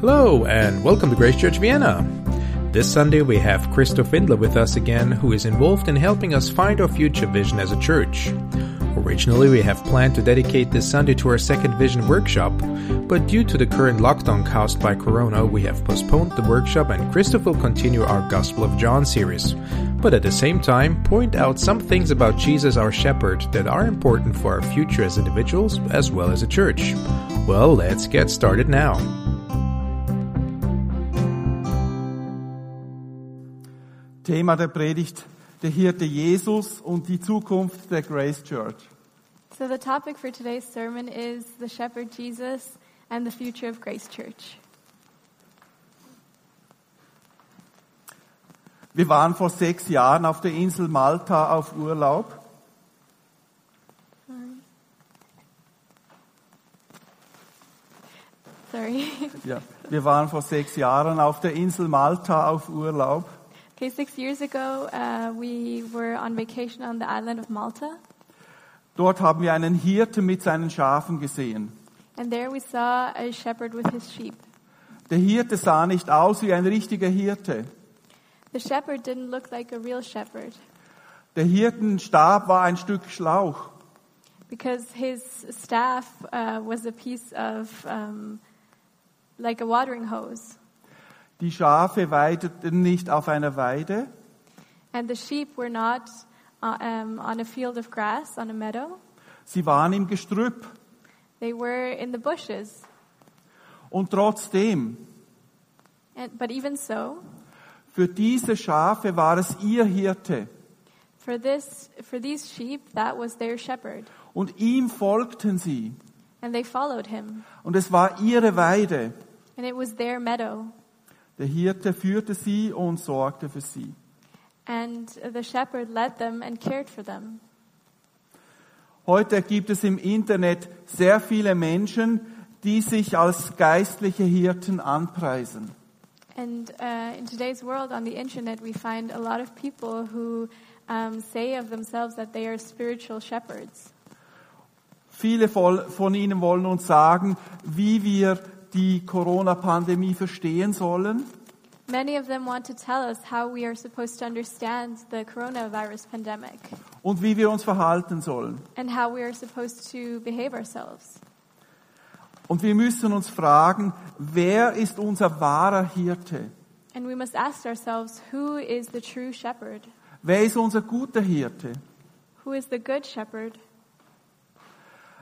Hello, and welcome to Grace Church Vienna. This Sunday, we have Christoph Windler with us again, who is involved in helping us find our future vision as a church. Originally, we have planned to dedicate this Sunday to our second vision workshop, but due to the current lockdown caused by Corona, we have postponed the workshop and Christoph will continue our Gospel of John series, but at the same time, point out some things about Jesus our Shepherd that are important for our future as individuals as well as a church. Well, let's get started now. Thema der Predigt, der Hirte Jesus und die Zukunft der Grace Church. So the topic for today's sermon is the shepherd Jesus and the future of Grace Church. Wir waren vor sechs Jahren auf der Insel Malta auf Urlaub. Sorry. Ja. Wir waren vor sechs Jahren auf der Insel Malta auf Urlaub Okay, six years ago, uh, we were on vacation on the island of Malta, Dort haben wir einen Hirten mit seinen Schafen gesehen. and there we saw a shepherd with his sheep. Der Hirte sah nicht aus wie ein richtiger Hirte. The shepherd didn't look like a real shepherd Der Hirtenstab war ein Stück Schlauch. because his staff uh, was a piece of um, like a watering hose, Die Schafe weideten nicht auf einer Weide, and the sheep were not uh, um, on a field of grass on a meadow. sie waren im Gestrüpp. They were in the bushes, Und trotzdem, and, but even so, für diese Schafe war es ihr Hirte. For this, for these sheep, that was their shepherd, Und ihm folgten sie. and they followed him, Und es war ihre Weide. and it was their meadow, Der Hirte führte sie und sorgte für sie. and the shepherd led them and cared for them. Heute gibt es im Internet sehr viele Menschen, die sich als geistliche Hirten anpreisen. And uh, in today's world, on the internet, we find a lot of people who um, say of themselves that they are spiritual shepherds. Viele voll- von ihnen wollen uns sagen, wie wir die Corona-Pandemie verstehen sollen. Many of them want to tell us how we are supposed to understand the coronavirus pandemic Und wie wir uns verhalten sollen. and how we are supposed to behave ourselves. Und wir müssen uns fragen, wer ist unser wahrer Hirte? And we must ask ourselves who is the true shepherd? Wer ist unser guter Hirte? Who is the good shepherd?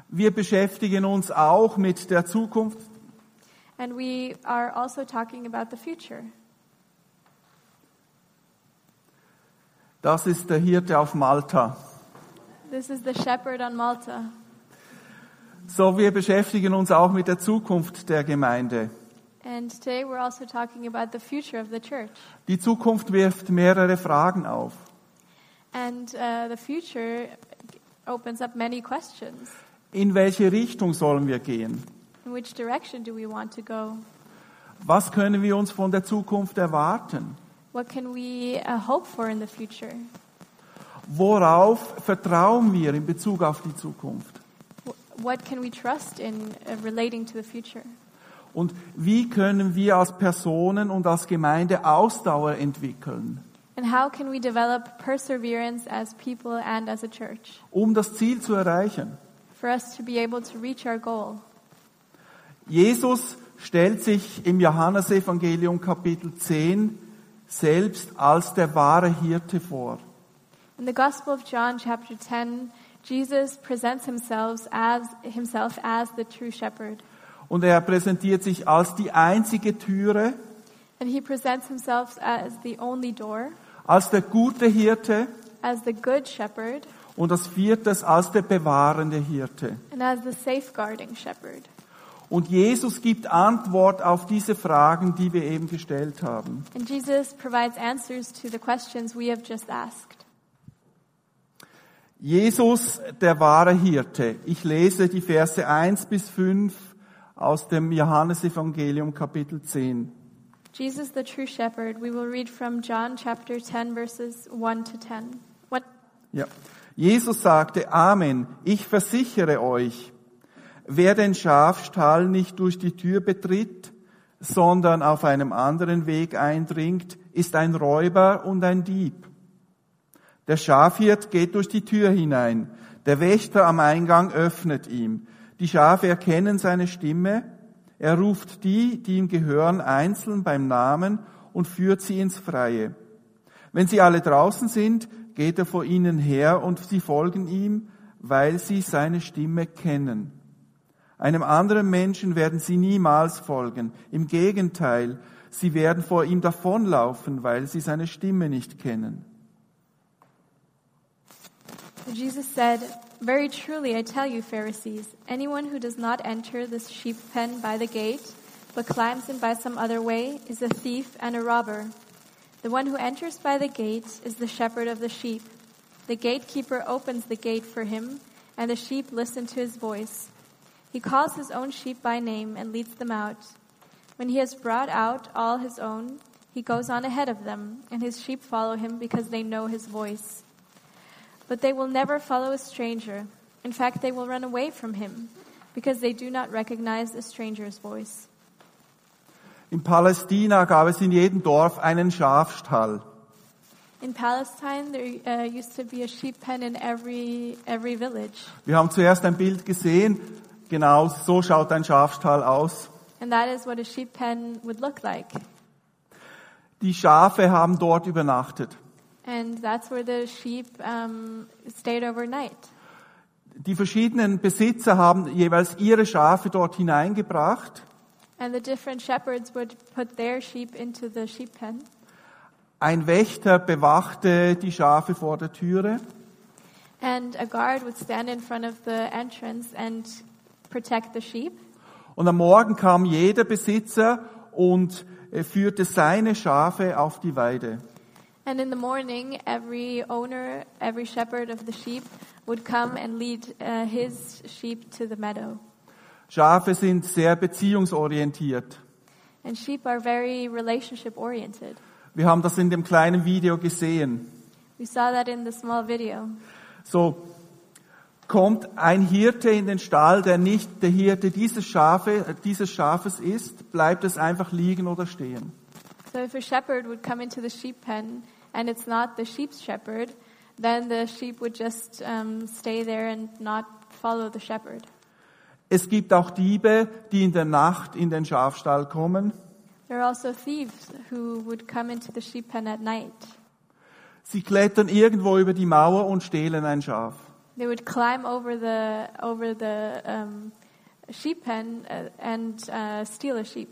Wir beschäftigen uns auch mit der Zukunft. And we are also talking about the future. Das ist der Hirte auf Malta. This is the shepherd on Malta. So, wir beschäftigen uns auch mit der Zukunft der Gemeinde. And today we're also talking about the future of the church. Die Zukunft wirft mehrere Fragen auf. And uh, the future opens up many questions. In welche Richtung sollen wir gehen? In which direction do we want to go? Was können wir uns von der Zukunft erwarten? What can we uh, hope for in the future? Worauf vertrauen wir in Bezug auf die Zukunft? Wh- What can we trust in uh, relating to the future? Und wie können wir als Personen und als Gemeinde Ausdauer entwickeln, And how can we develop perseverance as people and as a church um das Ziel zu erreichen? for us to be able to reach our goal? Jesus stellt sich im Johannesevangelium Kapitel 10 selbst als der wahre Hirte vor. In the Gospel of John, chapter 10, Jesus presents himself as, himself as the true shepherd. Und er präsentiert sich als die einzige Türe, And he presents himself as the only door, als der gute Hirte as the good shepherd, und als viertes als der bewahrende Hirte. and as the safeguarding shepherd. Und Jesus gibt Antwort auf diese Fragen, die wir eben gestellt haben. And Jesus provides answers to the questions we have just asked. Jesus, der wahre Hirte. Ich lese die Verse 1 bis 5 aus dem Johannesevangelium Kapitel 10. Jesus, the true shepherd, we will read from John chapter 10, verses 1 to 10. What? Ja. Jesus sagte, Amen, ich versichere euch, wer den Schafstall nicht durch die Tür betritt, sondern auf einem anderen Weg eindringt, ist ein Räuber und ein Dieb. Der Schafhirt geht durch die Tür hinein. Der Wächter am Eingang öffnet ihm. Die Schafe erkennen seine Stimme. Er ruft die, die ihm gehören, einzeln beim Namen und führt sie ins Freie. Wenn sie alle draußen sind, geht er vor ihnen her und sie folgen ihm, weil sie seine Stimme kennen. Einem anderen Menschen werden sie niemals folgen. Im Gegenteil, sie werden vor ihm davonlaufen, weil sie seine Stimme nicht kennen. Jesus said, Very truly I tell you, Pharisees, anyone who does not enter this sheep pen by the gate, but climbs in by some other way, is a thief and a robber. The one who enters by the gate is the shepherd of the sheep. The gatekeeper opens the gate for him, and the sheep listen to his voice. He calls his own sheep by name and leads them out. When he has brought out all his own, he goes on ahead of them, and his sheep follow him because they know his voice. But they will never follow a stranger. In fact, they will run away from him because they do not recognize a stranger's voice. In Palästina gab es in jedem Dorf einen Schafstall. In Palestine, there uh, used to be a sheep pen in every, every village. Wir haben zuerst ein Bild gesehen. Genau so schaut ein Schafstall aus. And that is what a sheep pen would look like. Die Schafe haben dort übernachtet. And that's where the sheep um, stayed overnight. Die verschiedenen Besitzer haben jeweils ihre Schafe dort hineingebracht. And the different shepherds would put their sheep into the sheep pen. Ein Wächter bewachte die Schafe vor der Türe. And a guard would stand in front of the entrance and protect the sheep. Und am Morgen kam jeder Besitzer und äh, führte seine Schafe auf die Weide. And in the morning, every owner, every shepherd of the sheep would come and lead uh, his sheep to the meadow. Schafe sind sehr beziehungsorientiert. And sheep are very relationship oriented. Wir haben das in dem kleinen Video gesehen. We saw that in the small video. So kommt ein Hirte in den Stall, der nicht der Hirte dieses, Schafe, äh, dieses Schafes ist, bleibt es einfach liegen oder stehen. So if a shepherd would come into the sheep pen and it's not the sheep's shepherd, then the sheep would just um, stay there and not follow the shepherd. Es gibt auch Diebe, die in der Nacht in den Schafstall kommen. There are also thieves who would come into the sheep pen at night. Sie klettern irgendwo über die Mauer und stehlen ein Schaf. They would climb over the over the um, sheep pen uh, and uh, steal a sheep.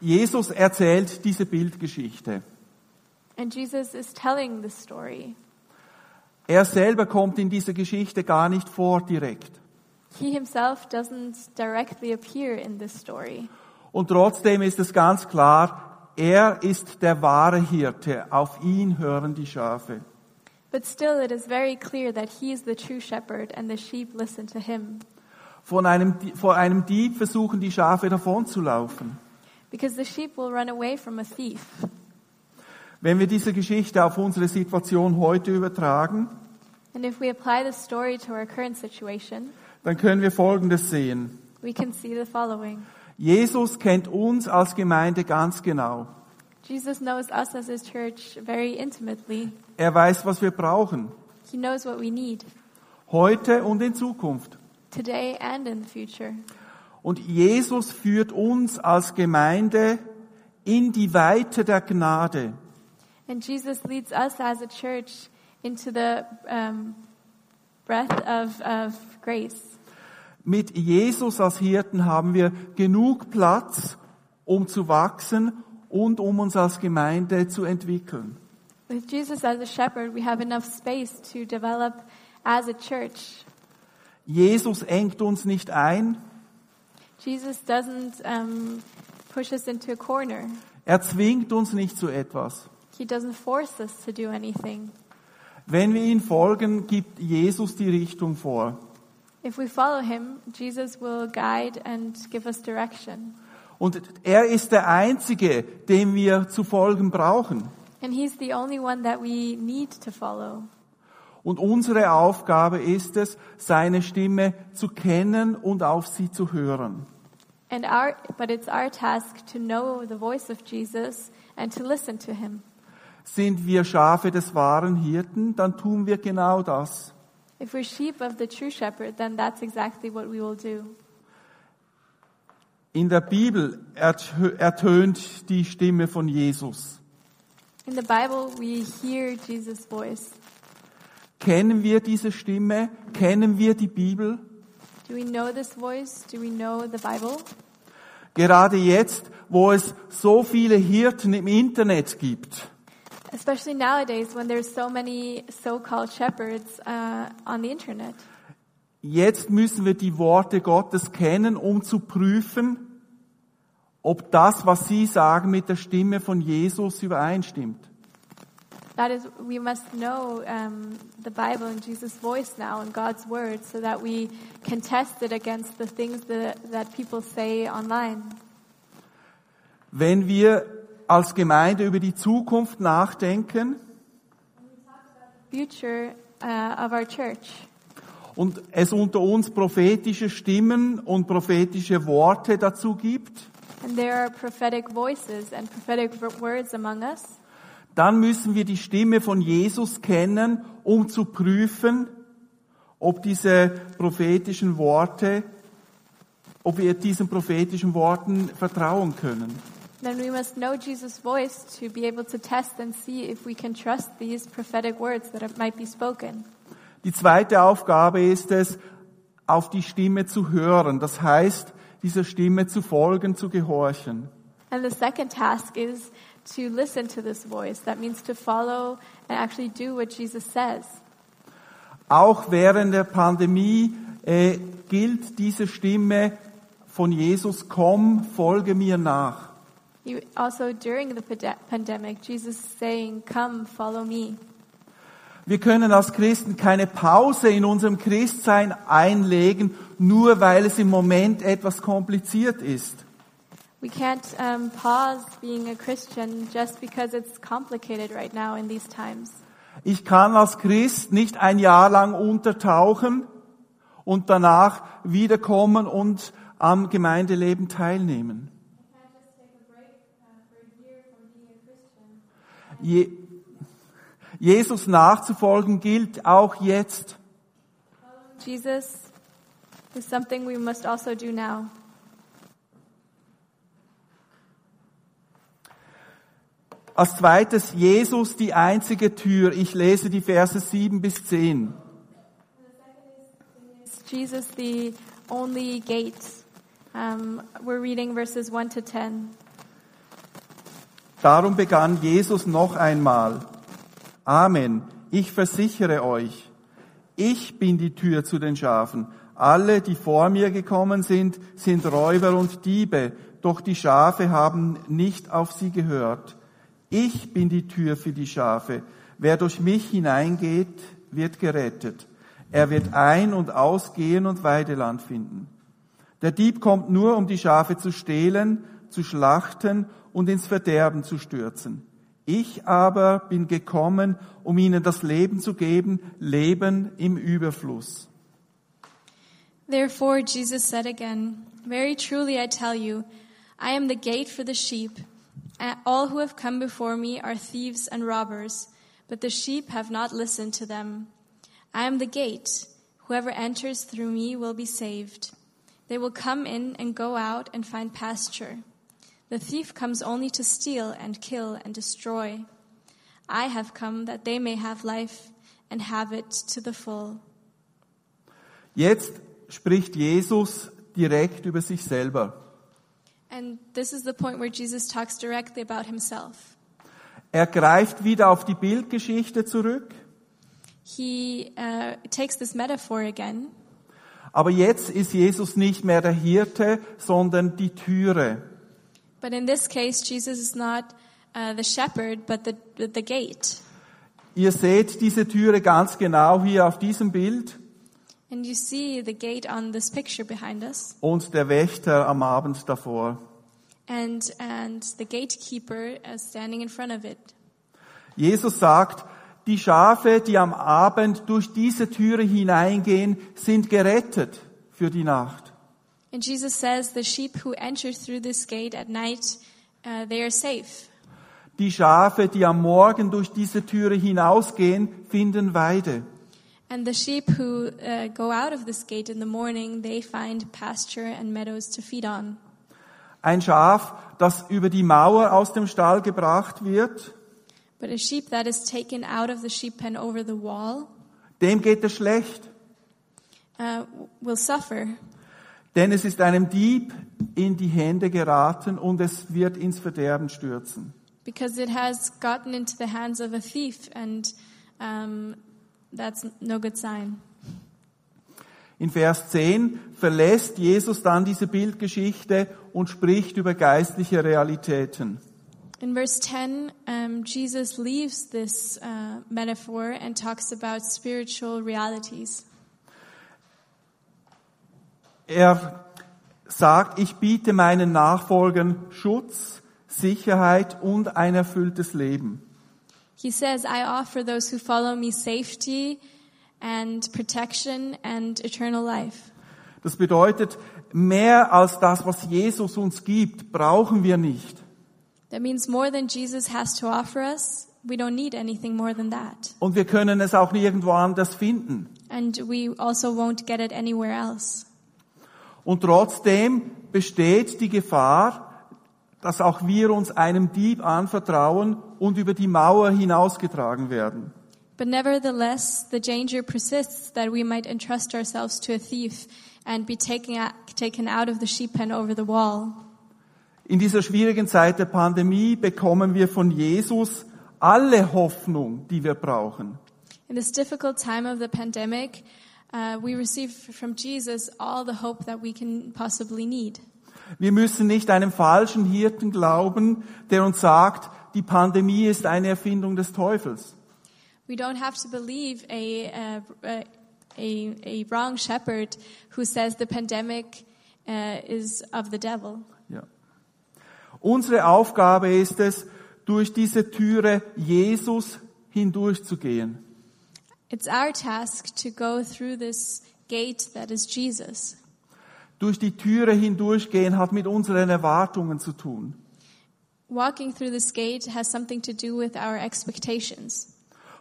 Jesus erzählt diese Bildgeschichte. And Jesus is telling this story. Er selber kommt in dieser Geschichte gar nicht vor direkt. He himself doesn't directly appear in this story, Und trotzdem ist es ganz klar, er ist der wahre Hirte, auf ihn hören die Schafe. but still it is very clear that he is the true shepherd and the sheep listen to him. Von einem, Di- vor einem Dieb versuchen die Schafe davonzulaufen. Because the sheep will run away from a thief. Wenn wir diese Geschichte auf unsere Situation heute übertragen, And if we apply this story to our current situation, dann können wir Folgendes sehen. we can see the following. Jesus kennt uns als Gemeinde ganz genau. Jesus knows us as his church very intimately. Er weiß, was wir brauchen, He knows what we need heute und in Zukunft. today and in the future. Und Jesus führt uns als Gemeinde in die Weite der Gnade. And Jesus leads us as a church into the um, breadth of, of grace. Mit Jesus als Hirten haben wir genug Platz, um zu wachsen und um uns als Gemeinde zu entwickeln. With Jesus as a shepherd, we have enough space to develop as a church. Jesus engt uns nicht ein, Jesus doesn't um, push us into a corner. er zwingt uns nicht zu etwas. He doesn't force us to do anything. Wenn wir ihm folgen, gibt Jesus die Richtung vor. If we follow him, Jesus will guide and give us direction. Und er ist der Einzige, dem wir zu folgen brauchen. And he's the only one that we need to follow. Und unsere Aufgabe ist es, seine Stimme zu kennen und auf sie zu hören. And our, but it's our task to know the voice of Jesus and to listen to him. Sind wir Schafe des wahren Hirten, dann tun wir genau das. If we're sheep of the true shepherd, then that's exactly what we will do. In der Bibel ertö- ertönt die Stimme von Jesus. In the Bible, we hear Jesus' voice. Kennen wir diese Stimme? Kennen wir die Bibel? Do we know this voice? Do we know the Bible? Gerade jetzt, wo es so viele Hirten im Internet gibt, Especially nowadays when there's so many so-called shepherds uh, on the internet. jetzt müssen wir die Worte Gottes kennen, um zu prüfen, ob das, was sie sagen, mit der Stimme von Jesus übereinstimmt. That is, we must know um, the Bible and Jesus' voice now and God's word so that we can test it against the things that, that people say online. Wenn wir als Gemeinde über die Zukunft nachdenken Future uh, of our church. und es unter uns prophetische Stimmen und prophetische Worte dazu gibt, And there are prophetic voices and prophetic v- words among us. dann müssen wir die Stimme von Jesus kennen, um zu prüfen, ob diese prophetischen Worte, ob wir diesen prophetischen Worten vertrauen können. Then we must know Jesus' voice to be able to test and see if we can trust these prophetic words that it might be spoken. Die zweite Aufgabe ist es, auf die Stimme zu hören. Das heißt, dieser Stimme zu folgen, zu gehorchen. And the second task is to listen to this voice. That means to follow and actually do what Jesus says. Auch während der Pandemie äh, gilt diese Stimme von Jesus, komm, folge mir nach. You, also during the pande- pandemic, Jesus is saying, come, follow me. Wir können als Christen keine Pause in unserem Christsein einlegen, nur weil es im Moment etwas kompliziert ist. We can't um, pause being a Christian just because it's complicated right now in these times. Ich kann als Christ nicht ein Jahr lang untertauchen und danach wiederkommen und am Gemeindeleben teilnehmen. Je Jesus nachzufolgen gilt auch jetzt. Jesus is something we must also do now. Als zweites Jesus die einzige Tür. Ich lese die Verse 7 bis 10. It's Jesus, the only gate. Um, we're reading verses 1 to 10. Darum begann Jesus noch einmal. Amen. Ich versichere euch, ich bin die Tür zu den Schafen. Alle, die vor mir gekommen sind, sind Räuber und Diebe, doch die Schafe haben nicht auf sie gehört. Ich bin die Tür für die Schafe. Wer durch mich hineingeht, wird gerettet. Er wird ein- und ausgehen und Weideland finden. Der Dieb kommt nur, um die Schafe zu stehlen, zu schlachten und ins Verderben zu stürzen. Ich aber bin gekommen, um ihnen das Leben zu geben, Leben im Überfluss. Therefore, Jesus said again, Very truly I tell you, I am the gate for the sheep. A- All who have come before me are thieves and robbers, but the sheep have not listened to them. I am the gate. Whoever enters through me will be saved. They will come in and go out and find pasture. The thief comes only to steal and kill and destroy. I have come that they may have life and have it to the full. Jetzt spricht Jesus direkt über sich selber. And this is the point where Jesus talks directly about himself. Er greift wieder auf die Bildgeschichte zurück, He uh, takes this metaphor again, aber jetzt ist Jesus nicht mehr der Hirte, sondern die Türe. but in this case, Jesus is not uh, the shepherd, but the, the gate. Ihr seht diese Türe ganz genau hier auf diesem Bild And you see the gate on this picture behind us, und der Wächter am Abend davor. and, and the gatekeeper uh, standing in front of it. Jesus sagt, die Schafe, die am Abend durch diese Türe hineingehen, sind gerettet für die Nacht. And Jesus says, The sheep who enter through this gate at night, uh, they are safe. Die Schafe, die am Morgen durch diese Türe hinausgehen, finden Weide. And the sheep who uh, go out of this gate in the morning, they find pasture and meadows to feed on. Ein Schaf, das über die Mauer aus dem Stall gebracht wird, But a sheep that is taken out of the sheep pen over the wall dem geht es schlecht, uh, will suffer, denn es ist einem Dieb in die Hände geraten und es wird ins Verderben stürzen. because it has gotten into the hands of a thief, and um, that's no good sign. In Vers 10 verlässt Jesus dann diese Bildgeschichte und spricht über geistliche Realitäten. In verse 10, um, Jesus leaves this uh, metaphor and talks about spiritual realities. Er sagt, ich biete meinen Nachfolgern Schutz, Sicherheit und ein erfülltes Leben. He says, I offer those who follow me safety and protection and eternal life. Das bedeutet, mehr als das, was Jesus uns gibt, brauchen wir nicht. That means more than Jesus has to offer us. We don't need anything more than that. Und wir können es auch nirgendwo anders finden. And we also won't get it anywhere else. Und trotzdem besteht die Gefahr, dass auch wir uns einem Dieb anvertrauen und über die Mauer hinausgetragen werden. But nevertheless, the danger persists that we might entrust ourselves to a thief and be taken out, taken out of the sheep pen over the wall. In dieser schwierigen Zeit der Pandemie bekommen wir von Jesus alle Hoffnung, die wir brauchen. In this difficult time of the pandemic, uh, we receive from Jesus all the hope that we can possibly need. Wir müssen nicht einem falschen Hirten glauben, der uns sagt, die Pandemie ist eine Erfindung des Teufels. We don't have to believe a, uh, a, a, a wrong shepherd who says the pandemic uh, is of the devil. Ja. Unsere Aufgabe ist es, durch diese Türe Jesus hindurchzugehen. It's our task to go through this gate that is Jesus. Durch die Türe hindurchgehen hat mit unseren Erwartungen zu tun. Walking through this gate has something to do with our expectations.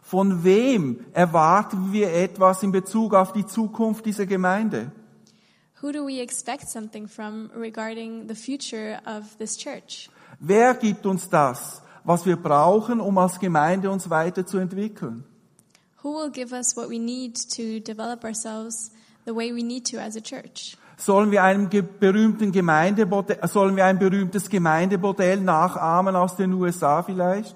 Von wem erwarten wir etwas in Bezug auf die Zukunft dieser Gemeinde? Who do we expect something from regarding the future of this church? Wer gibt uns das, was wir brauchen, um als Gemeinde uns weiterzuentwickeln? Who will give us what we need to develop ourselves the way we need to as a church? Sollen wir, einem ge- berühmten Gemeindemodell, sollen wir ein berühmtes Gemeindemodell nachahmen aus den USA vielleicht?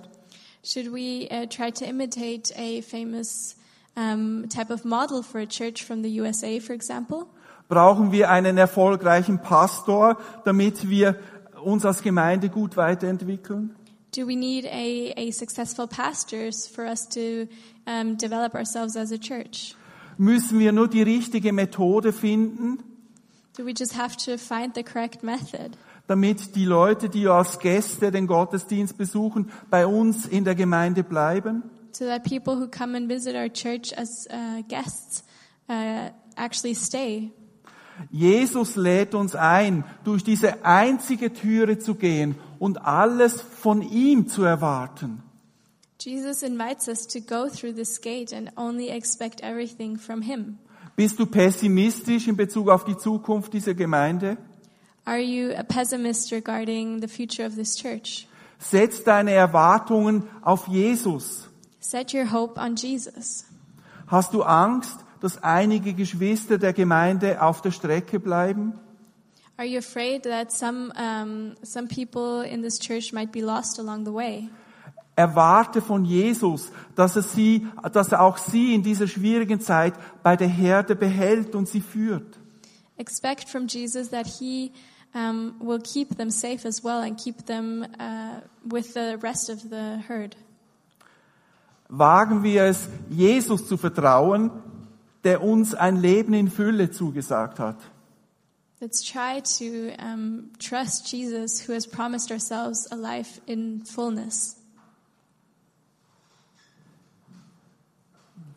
Should we uh, try to imitate a famous um, type of model for a church from the USA, for example? Brauchen wir einen erfolgreichen Pastor, damit wir uns als Gemeinde gut weiterentwickeln? Do we need a, a successful pastors for us to um, develop ourselves as a church? Müssen wir nur die richtige Methode finden, Do we just have to find the correct method damit die Leute, die als Gäste den Gottesdienst besuchen, bei uns in der Gemeinde bleiben? so that people who come and visit our church as uh, guests uh, actually stay? Jesus lädt uns ein, durch diese einzige Türe zu gehen und alles von ihm zu erwarten. Jesus invites us to go through this gate and only expect everything from Him. Bist du pessimistisch in Bezug auf die Zukunft dieser Gemeinde? Are you a pessimist regarding the future of this church? Setz deine Erwartungen auf Jesus. Set your hope on Jesus. Hast du Angst, dass einige Geschwister der Gemeinde auf der Strecke bleiben? Are you afraid that some, um, some people in this church might be lost along the way? Erwarte von Jesus, dass er sie, dass er auch sie in dieser schwierigen Zeit bei der Herde behält und sie führt. Expect from Jesus that He um, will keep them safe as well and keep them uh, with the rest of the herd. Wagen wir es, Jesus zu vertrauen, der uns ein Leben in Fülle zugesagt hat. Let's try to um, trust Jesus, who has promised ourselves a life in fullness.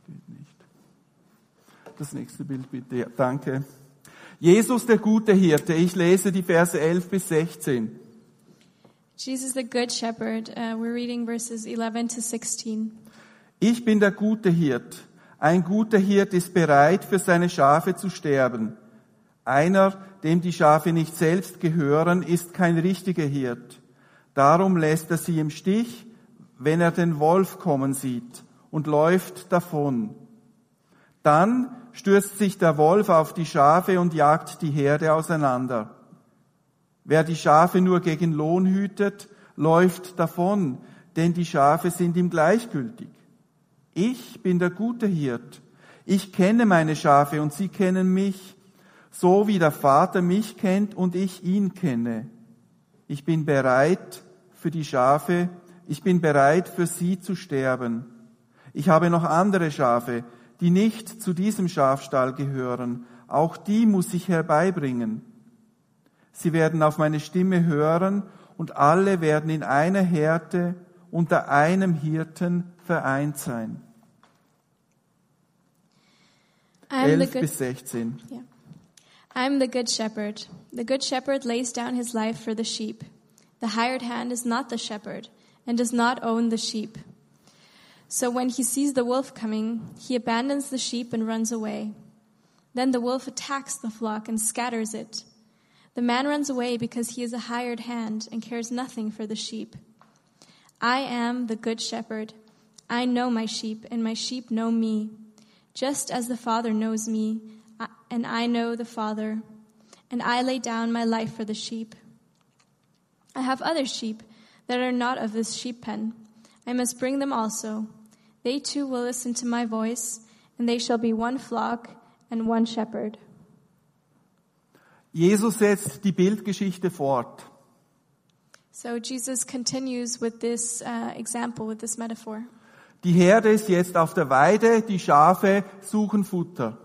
Geht nicht. Das nächste Bild bitte. Ja, danke. Jesus, der gute Hirte, ich lese die Verse 11 bis 16. Jesus, the Good Shepherd, uh, we're reading verses 11 to 16. Ich bin der gute Hirt. Ein guter Hirt ist bereit, für seine Schafe zu sterben. Einer, dem die Schafe nicht selbst gehören, ist kein richtiger Hirt. Darum lässt er sie im Stich, wenn er den Wolf kommen sieht und läuft davon. Dann stürzt sich der Wolf auf die Schafe und jagt die Herde auseinander. Wer die Schafe nur gegen Lohn hütet, läuft davon, denn die Schafe sind ihm gleichgültig. Ich bin der gute Hirt. Ich kenne meine Schafe und sie kennen mich, so wie der Vater mich kennt und ich ihn kenne. Ich bin bereit für die Schafe, ich bin bereit für sie zu sterben. Ich habe noch andere Schafe, die nicht zu diesem Schafstall gehören. Auch die muss ich herbeibringen. Sie werden auf meine Stimme hören und alle werden in einer Härte unter einem Hirten vereint sein. I am the 11 good, bis 16. yeah. I am the good shepherd. The good shepherd lays down his life for the sheep. The hired hand is not the shepherd and does not own the sheep. So when he sees the wolf coming, he abandons the sheep and runs away. Then the wolf attacks the flock and scatters it. The man runs away because he is a hired hand and cares nothing for the sheep. I am the good shepherd. I know my sheep, and my sheep know me. Just as the Father knows me, I- and I know the Father, and I lay down my life for the sheep. I have other sheep that are not of this sheep pen. I must bring them also. They too will listen to my voice, and they shall be one flock and one shepherd. Jesus setzt die Bildgeschichte fort. So Jesus continues with this uh, example, with this metaphor. Die Herde ist jetzt auf der Weide, die Schafe suchen Futter.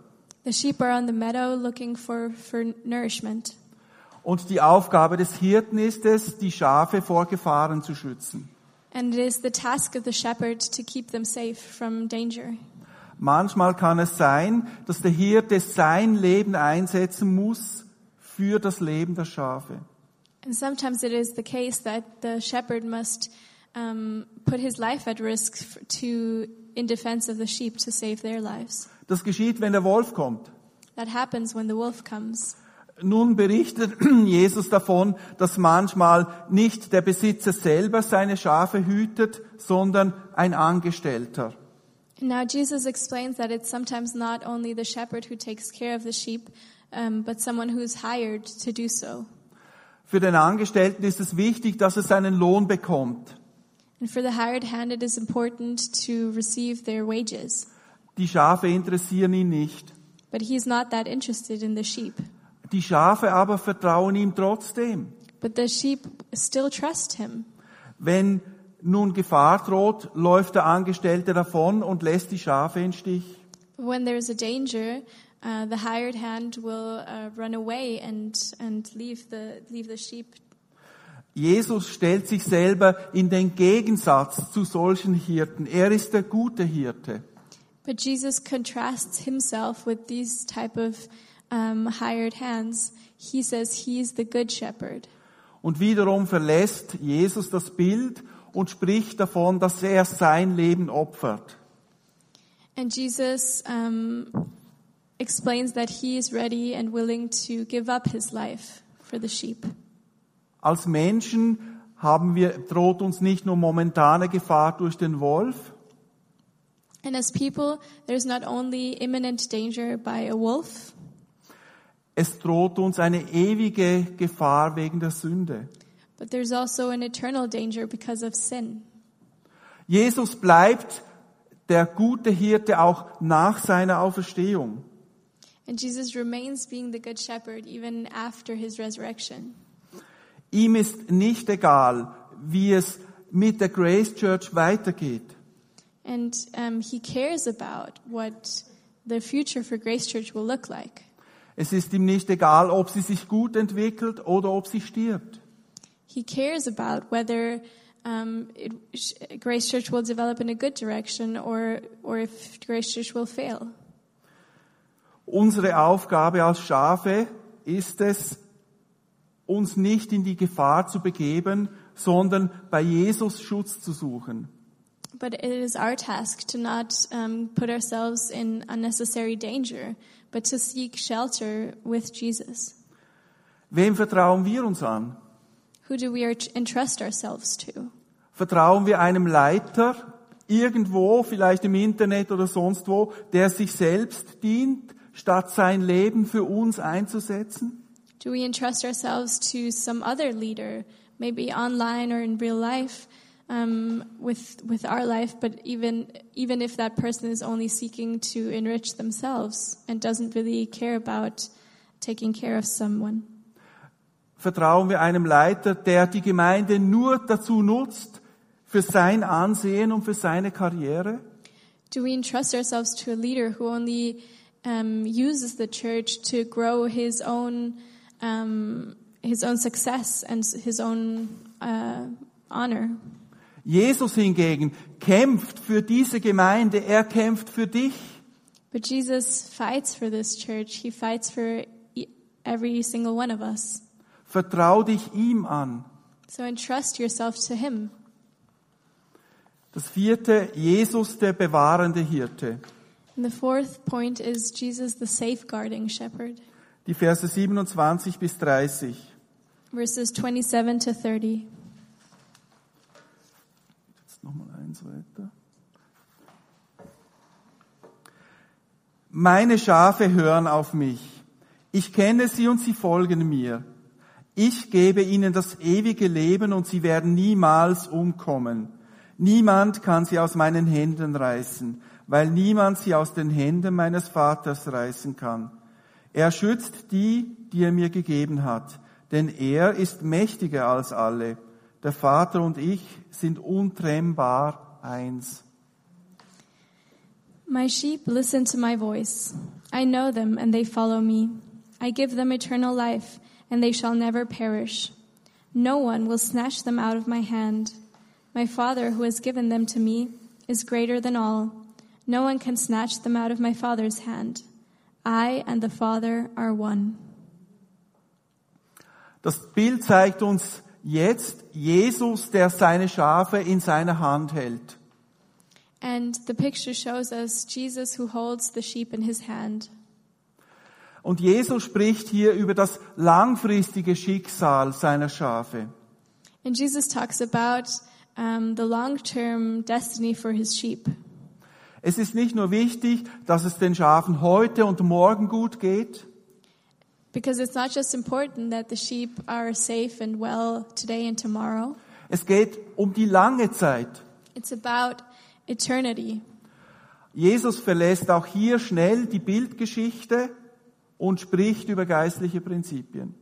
The sheep are on the meadow looking for, for nourishment. Und die Aufgabe des Hirten ist es, die Schafe vor Gefahren zu schützen. And it is the task of the shepherd to keep them safe from danger. Manchmal kann es sein, dass der Hirte sein Leben einsetzen muss für das Leben der Schafe. And sometimes it is the case that the shepherd must um, put his life at risk f- to, in defense of the sheep, to save their lives. Das geschieht, wenn der Wolf kommt. That happens when the wolf comes. Nun berichtet Jesus davon, dass manchmal nicht der Besitzer selber seine Schafe hütet, sondern ein Angestellter. And now Jesus explains that it's sometimes not only the shepherd who takes care of the sheep, um, but someone who's hired to do so. Für den Angestellten ist es wichtig, dass er seinen Lohn bekommt. And for the hired hand, it is important to receive their wages. Die Schafe interessieren ihn nicht. But he's not that interested in the sheep. Die Schafe aber vertrauen ihm trotzdem. But the sheep still trust him. Wenn nun Gefahr droht, läuft der Angestellte davon und lässt die Schafe in Stich. When there's a danger, uh, the hired hand will uh, run away and, and leave, the, leave the sheep. Jesus stellt sich selber in den Gegensatz zu solchen Hirten. Er ist der gute Hirte. But Jesus contrasts himself with these type of um, hired hands. He says he's the good shepherd. Und wiederum verlässt Jesus das Bild und spricht davon, dass er sein Leben opfert. And Jesus um, explains that he is ready and willing to give up his life for the sheep. Als Menschen haben wir, droht uns nicht nur momentane Gefahr durch den Wolf, And as people, there's not only imminent danger by a wolf, es droht uns eine ewige Gefahr wegen der Sünde. but there's also an eternal danger because of sin. Jesus bleibt der gute Hirte auch nach seiner Auferstehung. And Jesus remains being the good shepherd even after his resurrection. Ihm ist nicht egal, wie es mit der Grace Church weitergeht. And um, he cares about what the future for Grace Church will look like. Es ist ihm nicht egal, ob sie sich gut entwickelt oder ob sie stirbt. He cares about whether um, it, sh- Grace Church will develop in a good direction or, or if Grace Church will fail. Unsere Aufgabe als Schafe ist es, uns nicht in die Gefahr zu begeben, sondern bei Jesus Schutz zu suchen. But it is our task to not um, put ourselves in unnecessary danger, but to seek shelter with Jesus. Wem vertrauen wir uns an? Who do we entrust ourselves to? Vertrauen wir einem Leiter irgendwo, vielleicht im Internet oder sonst wo, der sich selbst dient, statt sein Leben für uns einzusetzen? Do we entrust ourselves to some other leader, maybe online or in real life, um, with with our life? But even even if that person is only seeking to enrich themselves and doesn't really care about taking care of someone, Vertrauen wir einem Leiter, der die Gemeinde nur dazu nutzt, für sein Ansehen und für seine Karriere? do we entrust ourselves to a leader who only um, uses the church to grow his own um, his own success and his own uh, honor? Jesus hingegen kämpft für diese Gemeinde, er kämpft für dich. But Jesus fights for this church. He fights for e- every single one of us. Vertrau dich ihm an. So entrust yourself to Him. Das vierte, Jesus der bewahrende Hirte. And the fourth point is Jesus, the safeguarding shepherd, Die Verse 27 bis 30. verses 27 to 30. Jetzt nochmal eins weiter. Meine Schafe hören auf mich. Ich kenne sie und sie folgen mir. Ich gebe ihnen das ewige Leben und sie werden niemals umkommen. Niemand kann sie aus meinen Händen reißen, weil niemand sie aus den Händen meines Vaters reißen kann. Er schützt die, die er mir gegeben hat, denn er ist mächtiger als alle. Der Vater und ich sind untrennbar eins. My sheep listen to my voice. I know them, and they follow me. I give them eternal life, and they shall never perish. No one will snatch them out of my hand. My Father, who has given them to me, is greater than all. No one can snatch them out of my Father's hand. I and the Father are one. Das Bild zeigt uns jetzt Jesus, der seine Schafe in seiner Hand hält. And the picture shows us Jesus who holds the sheep in his hand. Und Jesus spricht hier über das langfristige Schicksal seiner Schafe. And Jesus talks about um, the long term destiny for his sheep. Es ist nicht nur wichtig, dass es den Schafen heute und morgen gut geht, Because it's not just important that the sheep are safe and well today and tomorrow, es geht um die lange Zeit. it's about eternity. Jesus verlässt auch hier schnell die Bildgeschichte und spricht über geistliche Prinzipien.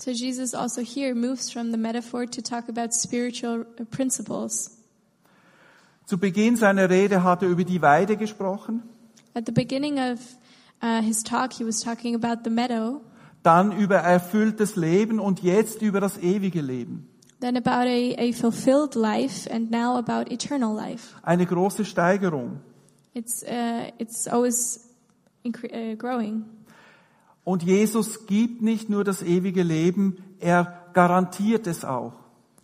So Jesus also here moves from the metaphor to talk about spiritual uh, principles. Zu Beginn seiner Rede hat er über die Weide gesprochen, At the beginning of uh, his talk, he was talking about the meadow, dann über erfülltes Leben und jetzt über das ewige Leben. then about a, a fulfilled life, and now about eternal life. Eine große Steigerung. It's uh, it's always incre- uh, growing. Und Jesus gibt nicht nur das ewige Leben, er garantiert es auch.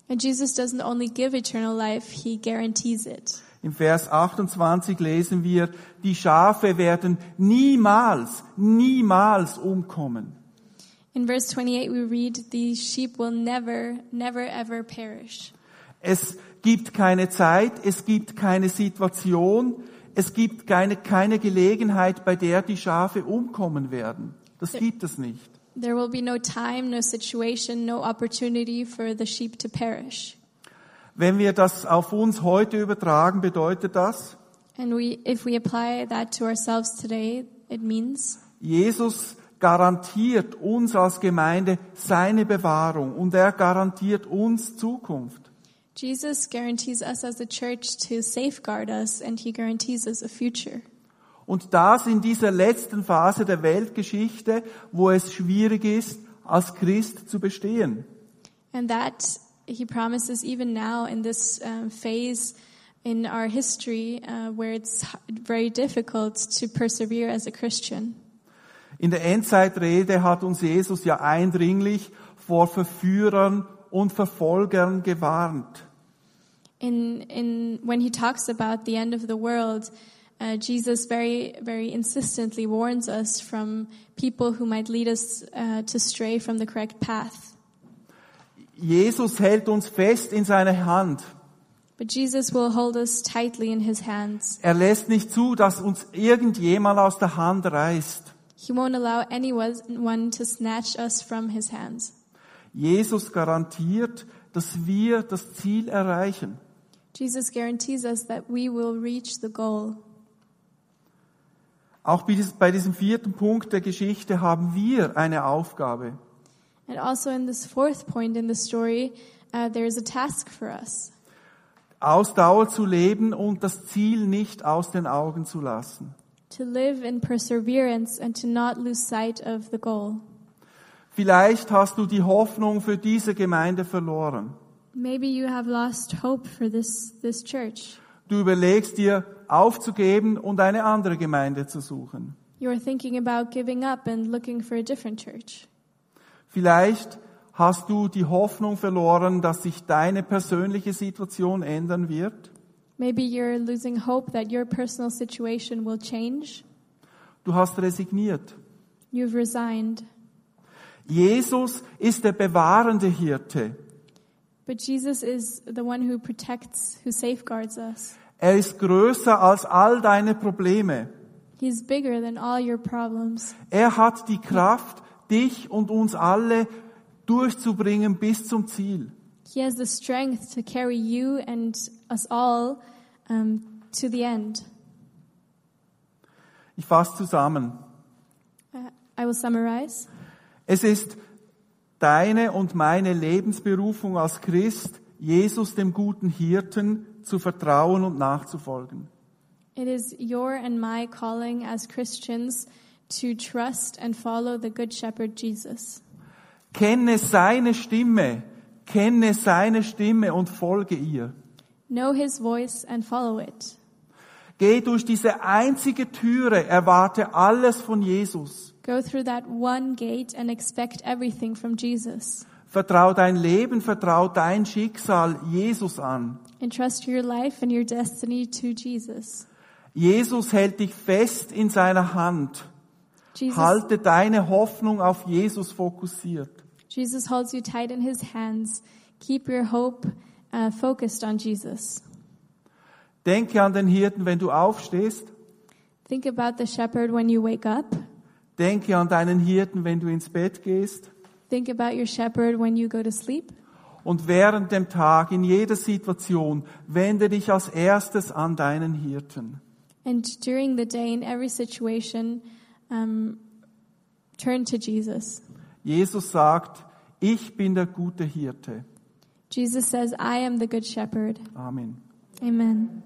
And Jesus doesn't only give eternal life; he guarantees it. Im Vers 28 lesen wir, die Schafe werden niemals, niemals umkommen. In verse 28, we read, "These sheep will never, never, ever perish." Es gibt keine Zeit, es gibt keine Situation, es gibt keine, keine Gelegenheit, bei der die Schafe umkommen werden. Das gibt es nicht. There will be no time, no situation, no opportunity for the sheep to perish. Wenn wir das auf uns heute übertragen, bedeutet das, And we, if we apply that to ourselves today, it means Jesus garantiert uns als Gemeinde seine Bewahrung und er garantiert uns Zukunft. Jesus guarantees us as a church to safeguard us, and He guarantees us a future. Und das in dieser letzten Phase der Weltgeschichte, wo es schwierig ist, als Christ zu bestehen. And that he promises even now in this um, phase in our history uh, where it's h- very difficult to persevere as a Christian. In der Endzeitrede hat uns Jesus ja eindringlich vor Verführern und Verfolgern gewarnt. In, in, when he talks about the end of the world, uh, Jesus very, very insistently warns us from people who might lead us uh, to stray from the correct path. Jesus hält uns fest in seine Hand. But Jesus will hold us tightly in his hands. Er lässt nicht zu, dass uns irgendjemand aus der Hand reißt. He won't allow anyone to snatch us from his hands. Jesus garantiert, dass wir das Ziel erreichen. Jesus guarantees us that we will reach the goal. Auch bei dies- bei diesem vierten Punkt der Geschichte haben wir eine Aufgabe. And also in this fourth point in the story, uh, there is a task for us Ausdauer zu leben und das Ziel nicht aus den Augen zu lassen. to live in perseverance and to not lose sight of the goal. Vielleicht hast du die Hoffnung für diese Gemeinde verloren. Maybe you have lost hope for this, this church. Du überlegst dir, aufzugeben und eine andere Gemeinde zu suchen. You're thinking about giving up and looking for a different church. Vielleicht hast du die Hoffnung verloren, dass sich deine persönliche Situation ändern wird. Maybe you're losing hope that your personal situation will change. Du hast resigniert. You've resigned. Jesus ist der bewahrende Hirte. But Jesus is the one who protects, who safeguards us. Er ist größer als all deine Probleme. He's bigger than all your problems. Er hat die Kraft, dich und uns alle durchzubringen bis zum Ziel. He has the strength to carry you and us all um, to the end. Ich fasse zusammen. Uh, I will summarize. Es ist deine und meine Lebensberufung als Christ, Jesus dem guten Hirten zu vertrauen und nachzufolgen. It is your and my calling as Christians to trust and follow the Good Shepherd Jesus. Kenne seine Stimme, kenne seine Stimme und folge ihr. Know his voice and follow it. Geh durch diese einzige Türe, erwarte alles von Jesus. Go through that one gate and expect everything from Jesus. Vertrau dein Leben, vertrau dein Schicksal Jesus an. Entrust your life and your destiny to Jesus. Jesus hält dich fest in seiner Hand. Jesus, Halte deine Hoffnung auf Jesus fokussiert. Jesus holds you tight in his hands. Keep your hope uh, focused on Jesus. Denke an den Hirten, wenn du aufstehst. Think about the shepherd when you wake up. Denke an deinen Hirten, wenn du ins Bett gehst. Think about your shepherd when you go to sleep. Und während dem Tag, in jeder Situation, wende dich als erstes an deinen Hirten. And during the day, in every situation, um, turn to Jesus. Jesus sagt, ich bin der gute Hirte. Jesus says, I am the good shepherd. Amen. Amen.